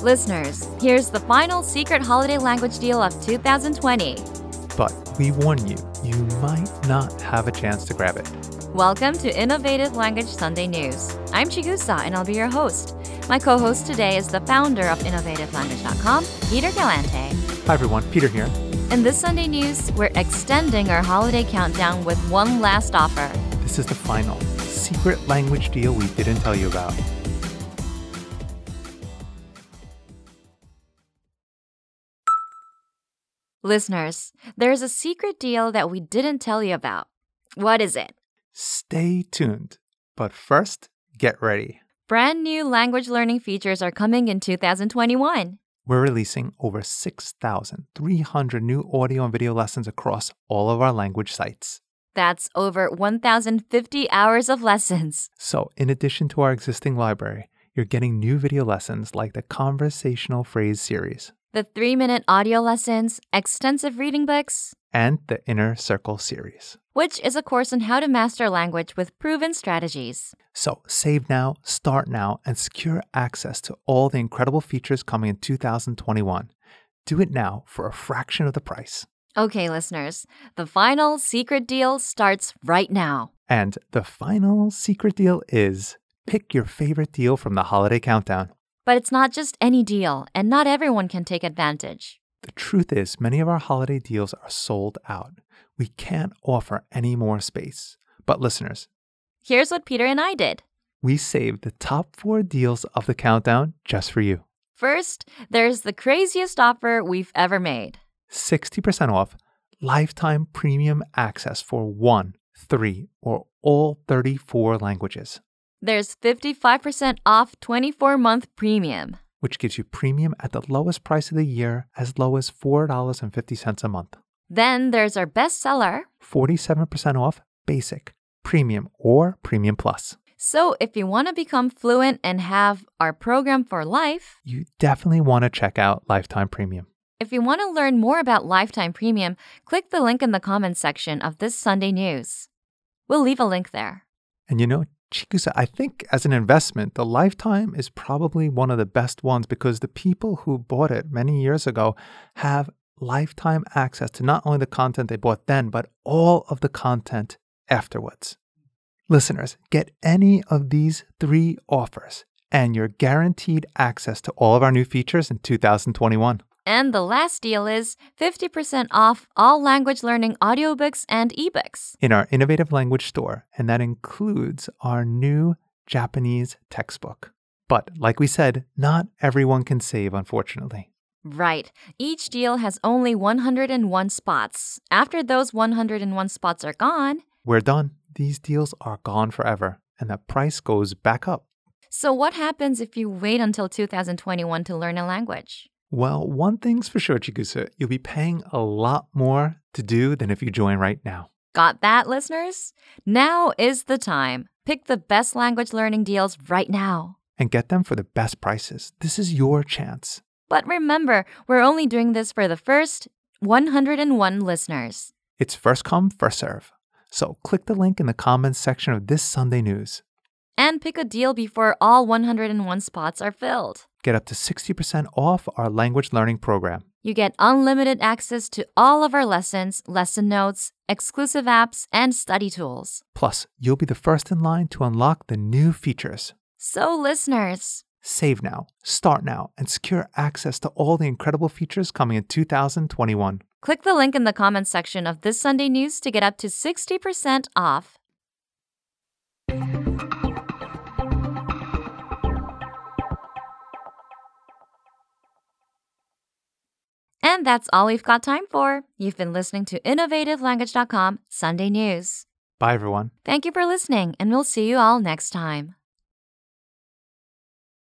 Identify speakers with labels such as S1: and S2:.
S1: Listeners, here's the final secret holiday language deal of 2020.
S2: But we warn you, you might not have a chance to grab it.
S1: Welcome to Innovative Language Sunday News. I'm Chigusa and I'll be your host. My co host today is the founder of InnovativeLanguage.com, Peter Galante.
S2: Hi everyone, Peter here.
S1: In this Sunday News, we're extending our holiday countdown with one last offer.
S2: This is the final secret language deal we didn't tell you about.
S1: Listeners, there's a secret deal that we didn't tell you about. What is it?
S2: Stay tuned. But first, get ready.
S1: Brand new language learning features are coming in 2021.
S2: We're releasing over 6,300 new audio and video lessons across all of our language sites.
S1: That's over 1,050 hours of lessons.
S2: So, in addition to our existing library, you're getting new video lessons like the Conversational Phrase series
S1: The three minute audio lessons, extensive reading books,
S2: and the Inner Circle series.
S1: which is a course on how to master language with proven strategies.
S2: So, save now, start now, and secure access to all the incredible features coming in 2021. Do it now for a fraction of the price.
S1: Okay, listeners, the final secret deal starts right now.
S2: And the final secret deal is pick your favorite deal from the holiday countdown.
S1: But it's not just any deal, and not everyone can take advantage.
S2: The truth is, many of our holiday deals are sold out. We can't offer any more space. But listeners,
S1: Here's what Peter and I did.
S2: we saved the top four deals of the countdown just for you
S1: First, there's the craziest offer we've ever made.
S2: 60% off, lifetime premium access for one, three, or all 34 languages,
S1: There's 55% off 24 month premium.
S2: which gives you premium at the lowest price of the year, as low as $4.50 a month.
S1: Then there's our bestseller.
S2: 47% off basic, premium, or premium plus.
S1: So if you want to become fluent and have our program for life,
S2: You definitely want to check out Lifetime Premium.
S1: if you want to learn more about Lifetime Premium, click the link in the comments section of this Sunday news. We'll leave a link there.
S2: And you know, Chikusa, I think as an investment, the Lifetime is probably one of the best ones because the people who bought it many years ago have lifetime access to not only the content they bought then, but all of the content afterwards. Listeners, get any of these three offers, and you're guaranteed access to all of our new features in 2021.
S1: And the last deal is 50% off all language learning audiobooks and ebooks.
S2: in our innovative language store, and that includes our new Japanese textbook. But like we said, not everyone can save, unfortunately.
S1: Right. Each deal has only 101 spots. After those 101 spots are gone,
S2: We're done. These deals are gone forever, and the price goes back up.
S1: so what happens if you wait until 2021 to learn a language?
S2: Well, one thing's for sure, Chigusa, you'll be paying a lot more to do than if you join right now.
S1: Got that, listeners? Now is the time. Pick the best language learning deals right now.
S2: And get them for the best prices. This is your chance.
S1: But remember, we're only doing this for the first 101 listeners.
S2: It's first come, first serve. So click the link in the comments section of this Sunday news.
S1: And pick a deal before all 101 spots are filled.
S2: Get up to 60% off our language learning program.
S1: You get unlimited access to all of our lessons, lesson notes, exclusive apps, and study tools.
S2: Plus, you'll be the first in line to unlock the new features.
S1: So, listeners,
S2: Save now, start now, and secure access to all the incredible features coming in 2021.
S1: click the link in the comments section of this Sunday news to get up to 60% off. And that's all we've got time for. You've been listening to InnovativeLanguage.com Sunday News.
S2: Bye, everyone.
S1: Thank you for listening, and we'll see you all next time.